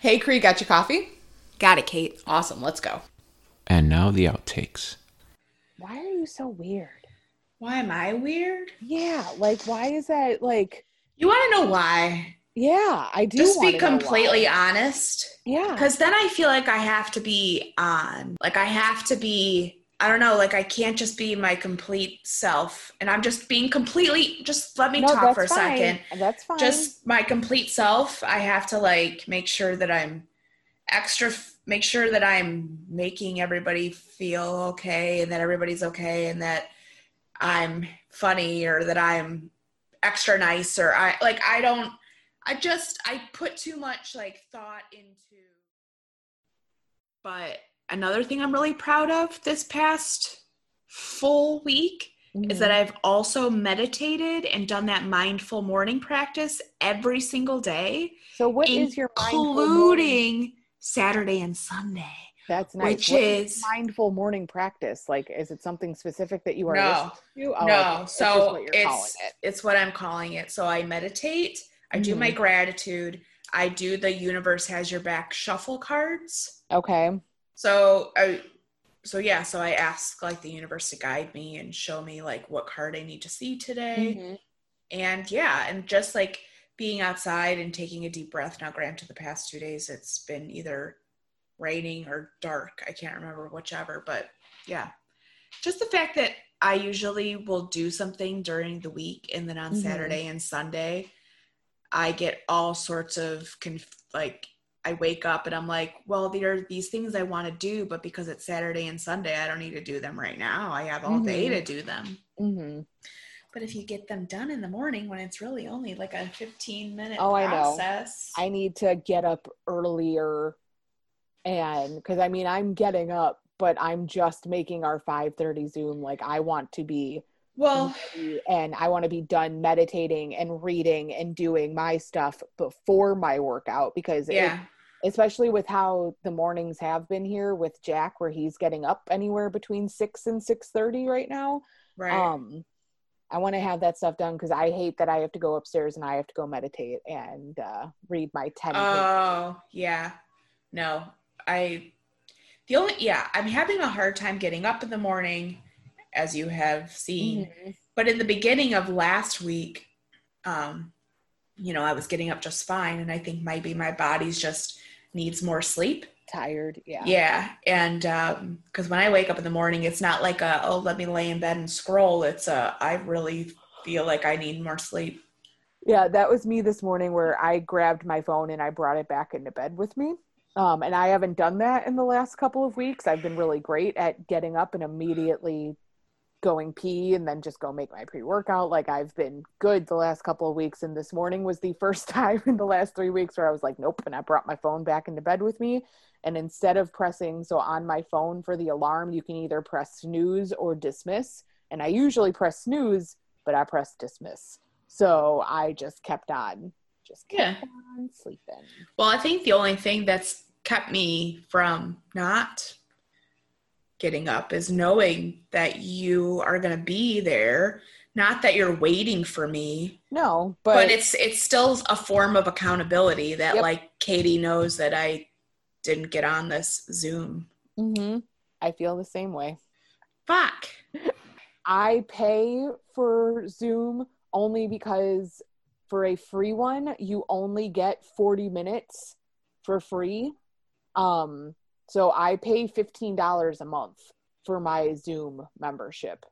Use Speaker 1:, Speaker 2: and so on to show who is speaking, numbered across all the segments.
Speaker 1: Hey, Cree, got your coffee?
Speaker 2: Got it, Kate.
Speaker 1: Awesome. Let's go.
Speaker 3: And now the outtakes.
Speaker 4: Why are you so weird?
Speaker 1: Why am I weird?
Speaker 4: Yeah, like why is that like
Speaker 1: You want to know why?
Speaker 4: yeah, I do
Speaker 1: Just be
Speaker 4: wanna know why.
Speaker 1: completely honest.
Speaker 4: Yeah.
Speaker 1: Because then I feel like I have to be on. Like I have to be, I don't know, like I can't just be my complete self. And I'm just being completely, just let me
Speaker 4: No,
Speaker 1: talk
Speaker 4: that's
Speaker 1: for a
Speaker 4: fine.
Speaker 1: second.
Speaker 4: That's fine.
Speaker 1: Just my complete self. I have to like make sure that I'm extra, f- make sure that I'm making everybody feel okay and that everybody's okay and that I'm funny or that I'm extra nice or I like, I don't, I just, I put too much like thought into. But another thing I'm really proud of this past full week
Speaker 4: Mm-hmm.
Speaker 1: is that I've also meditated and done that mindful morning practice every single day,
Speaker 4: so what is your mindful morning?
Speaker 1: including Saturday and Sunday.
Speaker 4: That's nice.
Speaker 1: which
Speaker 4: What your
Speaker 1: is-
Speaker 4: mindful morning practice. Like is it something specific that you are
Speaker 1: No.
Speaker 4: listening to? Oh,
Speaker 1: no,
Speaker 4: okay. It's just
Speaker 1: so
Speaker 4: what you're calling
Speaker 1: it's
Speaker 4: it.
Speaker 1: it's what I'm calling it. So I meditate, I do
Speaker 4: Mm-hmm.
Speaker 1: my gratitude, I do the universe has your back shuffle cards.
Speaker 4: Okay.
Speaker 1: So I so yeah, so I ask like the universe to guide me and show me like what card I need to see
Speaker 4: Mm-hmm.
Speaker 1: today. and yeah and just like being outside and taking a deep breath now granted the past two days it's been either raining or dark i can't remember whichever but yeah just the fact that i usually will do something during the week and then on
Speaker 4: Mhm.
Speaker 1: saturday and sunday i get all sorts of conf- like i wake up and i'm like well there are these things i want to do but because it's saturday and sunday i don't need to do them right now i have all day
Speaker 4: Mhm.
Speaker 1: to do them
Speaker 4: Mm-hmm.
Speaker 1: but if you get them done in the morning when it's really only like a 15 minute
Speaker 4: Oh, I know.
Speaker 1: process.
Speaker 4: I need to get up earlier and because I mean I'm getting up, but I'm just making our 5:30 Zoom. Like I want to be
Speaker 1: Well,
Speaker 4: and I want to be done meditating and reading and doing my stuff before my workout because it-
Speaker 1: yeah.
Speaker 4: especially with how the mornings have been here with Jack where he's getting up anywhere between 6 and 6:30 right now
Speaker 1: Right.
Speaker 4: um I want to have that stuff done cuz I hate that I have to go upstairs and I have to go meditate and uh, read my 10
Speaker 1: oh, yeah. No, I, the only, yeah, I'm having a hard time getting up in the morning, as you have seen.
Speaker 4: Mhm.
Speaker 1: But in the beginning of last week, um, you know, I was getting up just fine. And I think maybe my body's just needs more sleep.
Speaker 4: tired yeah
Speaker 1: Yeah, and because when I wake up in the morning, it's not like a oh let me lay in bed and scroll. It's a I really feel like I need more sleep.
Speaker 4: Yeah, that was me this morning where I grabbed my phone and I brought it back into bed with me. Um, and I haven't done that in the last couple of weeks. I've been really great at getting up and immediately going pee and then just go make my pre workout. Like I've been good the last couple of weeks. And this morning was the first time in the last three weeks where I was like, nope. And I brought my phone back into bed with me. And instead of pressing, so on my phone for the alarm, you can either press snooze or dismiss. And I usually press snooze, but I press dismiss. So I just kept on, just kept
Speaker 1: Yeah.
Speaker 4: on sleeping.
Speaker 1: Well, I think the only thing that's kept me from not getting up is knowing that you are going to be there. Not that you're waiting for me,
Speaker 4: No,
Speaker 1: but,
Speaker 4: but,
Speaker 1: it's it's still a form of accountability that
Speaker 4: Yep.
Speaker 1: like Katie knows that I didn't get on this Zoom.
Speaker 4: Mhm. I feel the same way.
Speaker 1: Fuck.
Speaker 4: I pay for Zoom only because for a free one, you only get 40 minutes for free. Um, so I pay $15 a month for my Zoom membership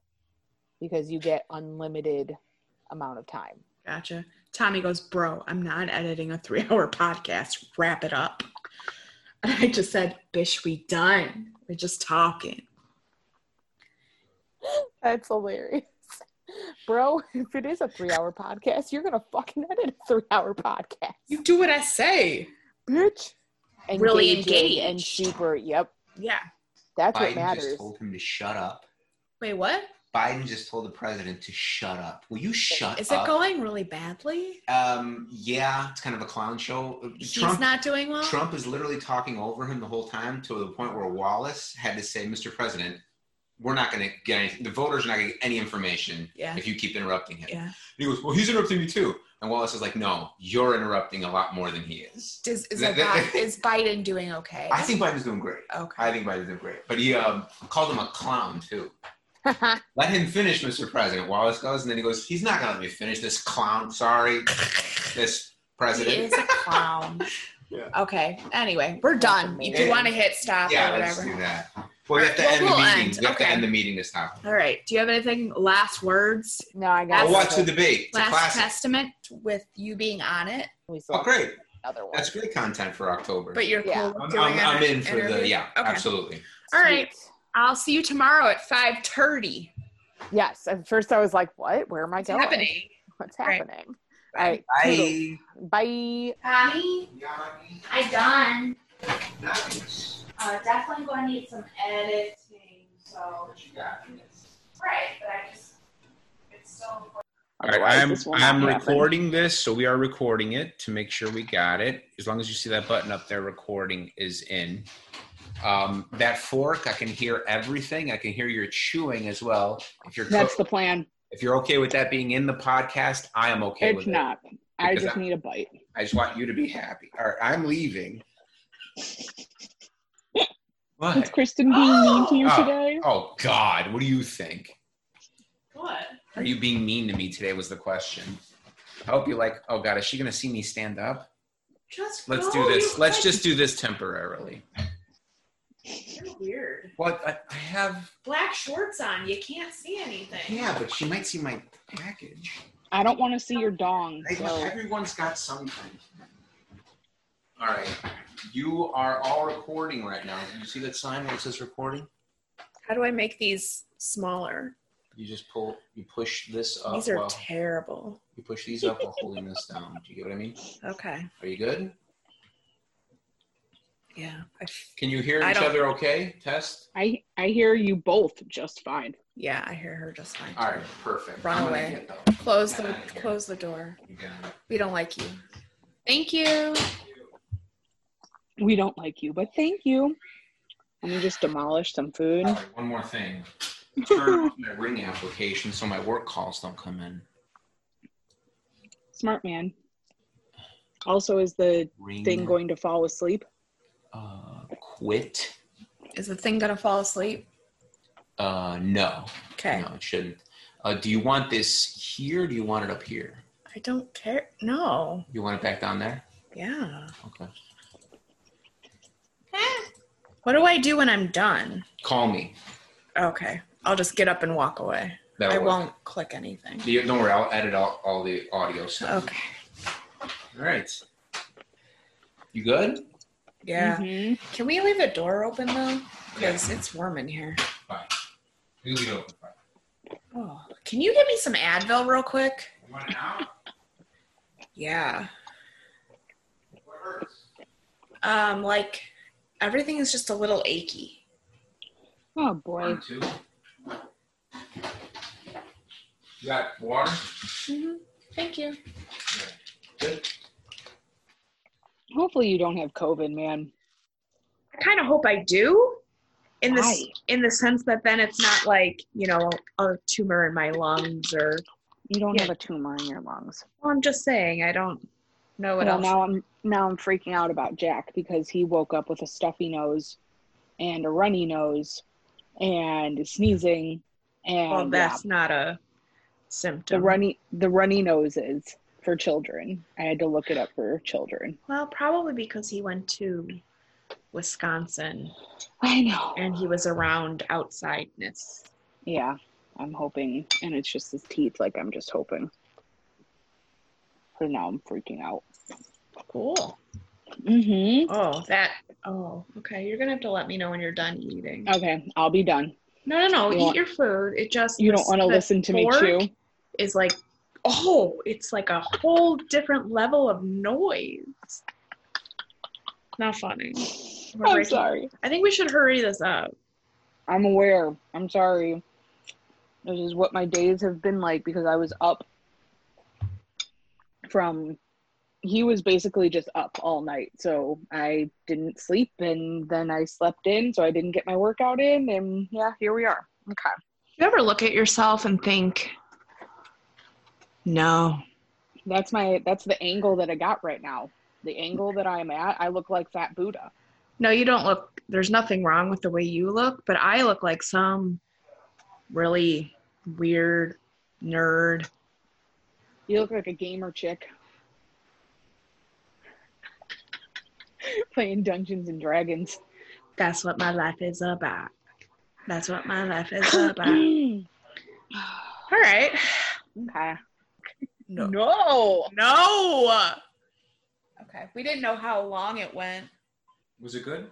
Speaker 4: because you get unlimited amount of time.
Speaker 1: Gotcha. Tommy goes, Bro, I'm not editing a three hour podcast. Wrap it up. And I just said, Bish, we done. We're just talking.
Speaker 4: That's hilarious. Bro, if it is a three hour podcast, you're going to fucking edit a three hour podcast.
Speaker 1: You do what I say.
Speaker 4: bitch.
Speaker 1: Really
Speaker 4: Engaging And
Speaker 1: engaged.
Speaker 4: super, yep.
Speaker 1: Yeah.
Speaker 4: That's what
Speaker 5: Biden
Speaker 4: matters.
Speaker 5: just told him to shut up.
Speaker 1: Wait, what?
Speaker 5: Biden just told the president to shut up. Will you shut
Speaker 1: Is
Speaker 5: up?
Speaker 1: it going really badly?
Speaker 5: Um, yeah, it's kind of a clown show.
Speaker 1: He's
Speaker 5: Trump,
Speaker 1: not doing well?
Speaker 5: Trump is literally talking over him the whole time to the point where Wallace had to say, "Mr. President, we're not going to get any, the voters are not going to get any information
Speaker 1: Yeah.
Speaker 5: if you keep interrupting him."
Speaker 1: Yeah.
Speaker 5: And he goes, "Well, he's interrupting me too." And Wallace is like, no, you're interrupting a lot more than he is.
Speaker 1: Does, is,
Speaker 5: That- that-
Speaker 1: Obama- is Biden doing okay?
Speaker 5: I think Biden's doing great.
Speaker 1: Okay.
Speaker 5: I think Biden's doing great. But he um, called him a clown, too.
Speaker 6: That's
Speaker 5: Let him finish, Mr. President. Wallace goes, and then he goes, he's not going to let me finish this clown. Sorry, this
Speaker 1: He is
Speaker 5: president.
Speaker 1: a clown.
Speaker 5: Yeah.
Speaker 1: Okay. Anyway, we're done. If you
Speaker 5: Yeah.
Speaker 1: want to hit stop
Speaker 5: Yeah,
Speaker 1: or
Speaker 5: let's
Speaker 1: whatever.
Speaker 5: do that. Well, we have to
Speaker 1: Well,
Speaker 5: end
Speaker 1: we'll
Speaker 5: the meeting.
Speaker 1: end.
Speaker 5: We have
Speaker 1: Okay.
Speaker 5: to end the meeting this time.
Speaker 1: All right. Do you have anything last words,
Speaker 6: no, I got.
Speaker 5: I'll
Speaker 1: Last-
Speaker 6: it.
Speaker 5: watch the debate. It's a
Speaker 1: last
Speaker 5: classic.
Speaker 1: testament with you being on it,
Speaker 6: We still
Speaker 5: Oh, great.
Speaker 6: another one.
Speaker 5: That's great content for October.
Speaker 1: but you're
Speaker 6: Yeah.
Speaker 1: cool with
Speaker 5: I'm,
Speaker 1: doing
Speaker 5: I'm,
Speaker 1: it?
Speaker 5: I'm in for
Speaker 1: Interview?
Speaker 5: the, yeah,
Speaker 1: Okay.
Speaker 5: absolutely.
Speaker 1: All right.
Speaker 6: Sweet.
Speaker 1: I'll see you tomorrow at 5:30.
Speaker 6: Yes. At first, I was like, "What? Where am I
Speaker 1: It's
Speaker 6: going?
Speaker 1: happening.
Speaker 6: What's
Speaker 1: Right.
Speaker 6: happening?" All right.
Speaker 5: Bye.
Speaker 6: Bye.
Speaker 7: Connie,
Speaker 5: Yanni,
Speaker 7: I done.
Speaker 5: nice.
Speaker 7: Uh, definitely gonna need some editing, so.
Speaker 5: What you got?
Speaker 7: Right, but I just, it's still.
Speaker 5: All right,
Speaker 6: Otherwise,
Speaker 5: I'm
Speaker 6: this will not
Speaker 5: I'm
Speaker 6: happen.
Speaker 5: recording this, so we are recording it to make sure we got it. As long as you see that button up there, recording is in. Um, that fork, I can hear everything. I can hear your chewing as well. If you're
Speaker 4: That's
Speaker 5: cook-
Speaker 4: the plan.
Speaker 5: if you're okay with that being in the podcast, I am okay
Speaker 4: It's
Speaker 5: with
Speaker 4: not. I
Speaker 5: Because
Speaker 4: just
Speaker 5: I-
Speaker 4: need a bite.
Speaker 5: it. I just want you to be happy. All right, I'm leaving.
Speaker 4: Is
Speaker 5: What?
Speaker 4: Kristen being mean to you
Speaker 5: Oh.
Speaker 4: today?
Speaker 5: Oh God, what do you think?
Speaker 7: What?
Speaker 5: Are you being mean to me today? Was the question. I hope you like. Oh God, is she gonna see me stand up?
Speaker 7: Just
Speaker 5: Let's
Speaker 7: go,
Speaker 5: do this.
Speaker 7: you
Speaker 5: Let's
Speaker 7: guys-
Speaker 5: just do this temporarily.
Speaker 7: You're weird.
Speaker 5: What I, I have.
Speaker 7: Black shorts on, you can't see anything.
Speaker 5: Yeah, but she might see my package.
Speaker 4: I don't want to see your dong.
Speaker 5: They-
Speaker 4: So
Speaker 5: Everyone's got something. All right, you are all recording right now. You see that sign where it says recording?
Speaker 1: How do I make these smaller?
Speaker 5: You just pull. You push this up.
Speaker 1: These are
Speaker 5: while-
Speaker 1: terrible.
Speaker 5: you push these up while holding this down. Do you get what I mean?
Speaker 1: Okay.
Speaker 5: Are you good?
Speaker 1: Yeah. I f-
Speaker 5: Can you hear
Speaker 1: I
Speaker 5: each
Speaker 1: don't-
Speaker 5: other? Okay. Test.
Speaker 4: I I hear you both just fine.
Speaker 1: yeah, I hear her just fine.
Speaker 5: All right. Perfect.
Speaker 1: Run
Speaker 5: I'm gonna
Speaker 1: away.
Speaker 5: get those.
Speaker 1: Close the
Speaker 5: Yeah, I hear.
Speaker 1: close the door.
Speaker 5: You got it.
Speaker 1: We don't like you. Thank you.
Speaker 4: We don't like you, but thank you. Let me just demolish some food.
Speaker 5: All right, One more thing. Turn off my ring application so my work calls don't come in.
Speaker 4: Smart man. Also, is the
Speaker 5: Ring.
Speaker 4: thing going to fall asleep?
Speaker 5: Uh, quit.
Speaker 1: Is the thing gonna fall asleep?
Speaker 5: Uh, no.
Speaker 1: Okay.
Speaker 5: No, it shouldn't. Uh, do you want this here? Or do you want it up here?
Speaker 1: I don't care. No.
Speaker 5: You want it back down there?
Speaker 1: Yeah.
Speaker 5: Okay.
Speaker 1: What do I do when I'm done?
Speaker 5: Call me.
Speaker 1: Okay. I'll just get up and walk away.
Speaker 5: That'll
Speaker 1: I
Speaker 5: work.
Speaker 1: won't click anything.
Speaker 5: You- Don't worry. I'll edit all, all the audio stuff.
Speaker 1: Okay.
Speaker 5: All right. You good?
Speaker 1: Yeah.
Speaker 4: Mhm.
Speaker 1: Can we leave the door open though? Because it's warm in here.
Speaker 5: Fine. You leave it open. Fine.
Speaker 1: Oh. Can you give me some Advil real quick?
Speaker 5: You want it now?
Speaker 1: Yeah.
Speaker 5: What hurts?
Speaker 1: Um, like everything is just a little achy.
Speaker 4: Oh boy.
Speaker 5: One, two. You got water?
Speaker 1: Mm-hmm. Thank you.
Speaker 5: Good.
Speaker 4: Hopefully you don't have COVID, man.
Speaker 1: I kind of hope I do. In this,
Speaker 4: Why?
Speaker 1: in the sense that then it's not like you know a tumor in my lungs or.
Speaker 4: You don't
Speaker 1: Yeah.
Speaker 4: have a tumor in your lungs.
Speaker 1: Well, I'm just saying I don't know what
Speaker 4: well,
Speaker 1: else.
Speaker 4: now I'm now I'm freaking out about Jack because he woke up with a stuffy nose and a runny nose and sneezing and
Speaker 1: well,
Speaker 4: yeah,
Speaker 1: that's not a
Speaker 4: the
Speaker 1: symptom.
Speaker 4: runny the runny noses for children. I had to look it up for children.
Speaker 1: well, probably because he went to Wisconsin
Speaker 4: I know.
Speaker 1: and he was around outsideness.
Speaker 4: Yeah, I'm hoping, and it's just his teeth. Like I'm just hoping. For now, I'm freaking out.
Speaker 1: Cool.
Speaker 4: Mm-hmm.
Speaker 1: Oh, that. Oh, okay. You're gonna have to let me know when you're done eating.
Speaker 4: Okay, I'll be done.
Speaker 1: No, no, no.
Speaker 4: You
Speaker 1: eat
Speaker 4: want-
Speaker 1: your food. It just
Speaker 4: You don't want to
Speaker 1: the
Speaker 4: listen to me
Speaker 1: fork
Speaker 4: chew.
Speaker 1: Is like, oh, it's like a whole different level of noise. Not funny. We're
Speaker 4: I'm
Speaker 1: breaking-
Speaker 4: sorry.
Speaker 1: I think we should hurry this up.
Speaker 4: I'm aware. I'm sorry. This is what my days have been like because I was up from. He was basically just up all night, so I didn't sleep, and then I slept in, so I didn't get my workout in, and yeah, here we are. Okay.
Speaker 1: You ever look at yourself and think, no,
Speaker 8: That's my that's the angle that I got right now. The angle that I'm at, I look like Fat Buddha.
Speaker 1: No, you don't look. There's nothing wrong with the way you look, but I look like some really weird nerd.
Speaker 8: You look like a gamer chick. Playing Dungeons and Dragons.
Speaker 1: That's what my life is about. That's what my life is about. All
Speaker 8: okay.
Speaker 1: right.
Speaker 8: No.
Speaker 1: No. Okay. We didn't know how long it went.
Speaker 5: Was it good?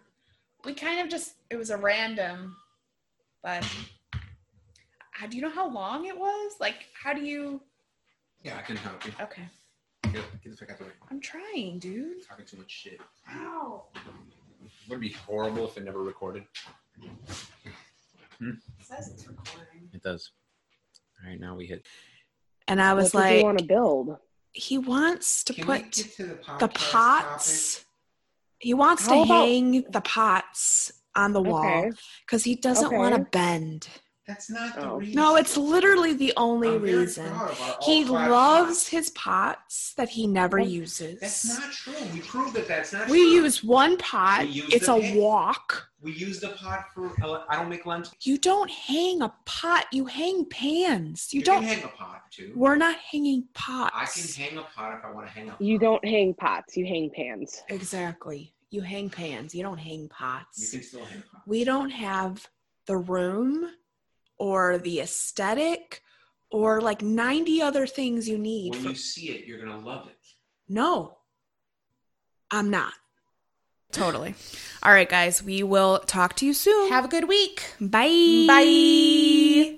Speaker 1: We kind of just, it was a random, but how, do you know how long it was? Like, how do you,
Speaker 5: Yeah, I can help you.
Speaker 1: okay.
Speaker 5: Get, get the fuck out of the way.
Speaker 1: I'm trying, dude.
Speaker 5: Talking too much shit.
Speaker 2: Ow.
Speaker 5: Would it be horrible if it never recorded?
Speaker 2: It says it's recording.
Speaker 5: It does. All right, now we hit.
Speaker 1: And I was
Speaker 8: That's what you
Speaker 1: like,
Speaker 8: want to build.
Speaker 1: he wants to put
Speaker 5: to the,
Speaker 1: the pots. He wants
Speaker 8: How
Speaker 1: to
Speaker 8: about-
Speaker 1: hang the pots on the wall
Speaker 8: Okay.
Speaker 1: because he doesn't
Speaker 8: Okay.
Speaker 1: want to bend.
Speaker 5: That's not
Speaker 8: the Oh.
Speaker 5: reason.
Speaker 1: No, it's literally the only
Speaker 2: Oh,
Speaker 1: reason. He loves his pots that he never
Speaker 8: That's-
Speaker 1: uses.
Speaker 5: That's not true. We proved that that's not
Speaker 1: we
Speaker 5: true.
Speaker 1: use one pot.
Speaker 5: We use
Speaker 1: It's
Speaker 5: the
Speaker 1: a
Speaker 5: pan.
Speaker 1: walk.
Speaker 5: we use the pot for. Uh, I don't make lunch.
Speaker 1: You don't hang a pot. You hang pans. You,
Speaker 5: You
Speaker 1: don't.
Speaker 5: can hang a pot too.
Speaker 1: we're not hanging pots.
Speaker 5: I can hang a pot if I want to hang a pot.
Speaker 8: You don't hang pots, you hang pans.
Speaker 1: exactly. You hang pans. You don't hang
Speaker 5: You
Speaker 1: pots.
Speaker 5: can still hang a pot.
Speaker 1: we don't have the room or the aesthetic or like 90 other things you need.
Speaker 5: When
Speaker 1: for-
Speaker 5: you see it, you're gonna love it.
Speaker 1: no, I'm not. Totally. All right, guys, we will talk to you soon. Have a good week. Bye. Bye.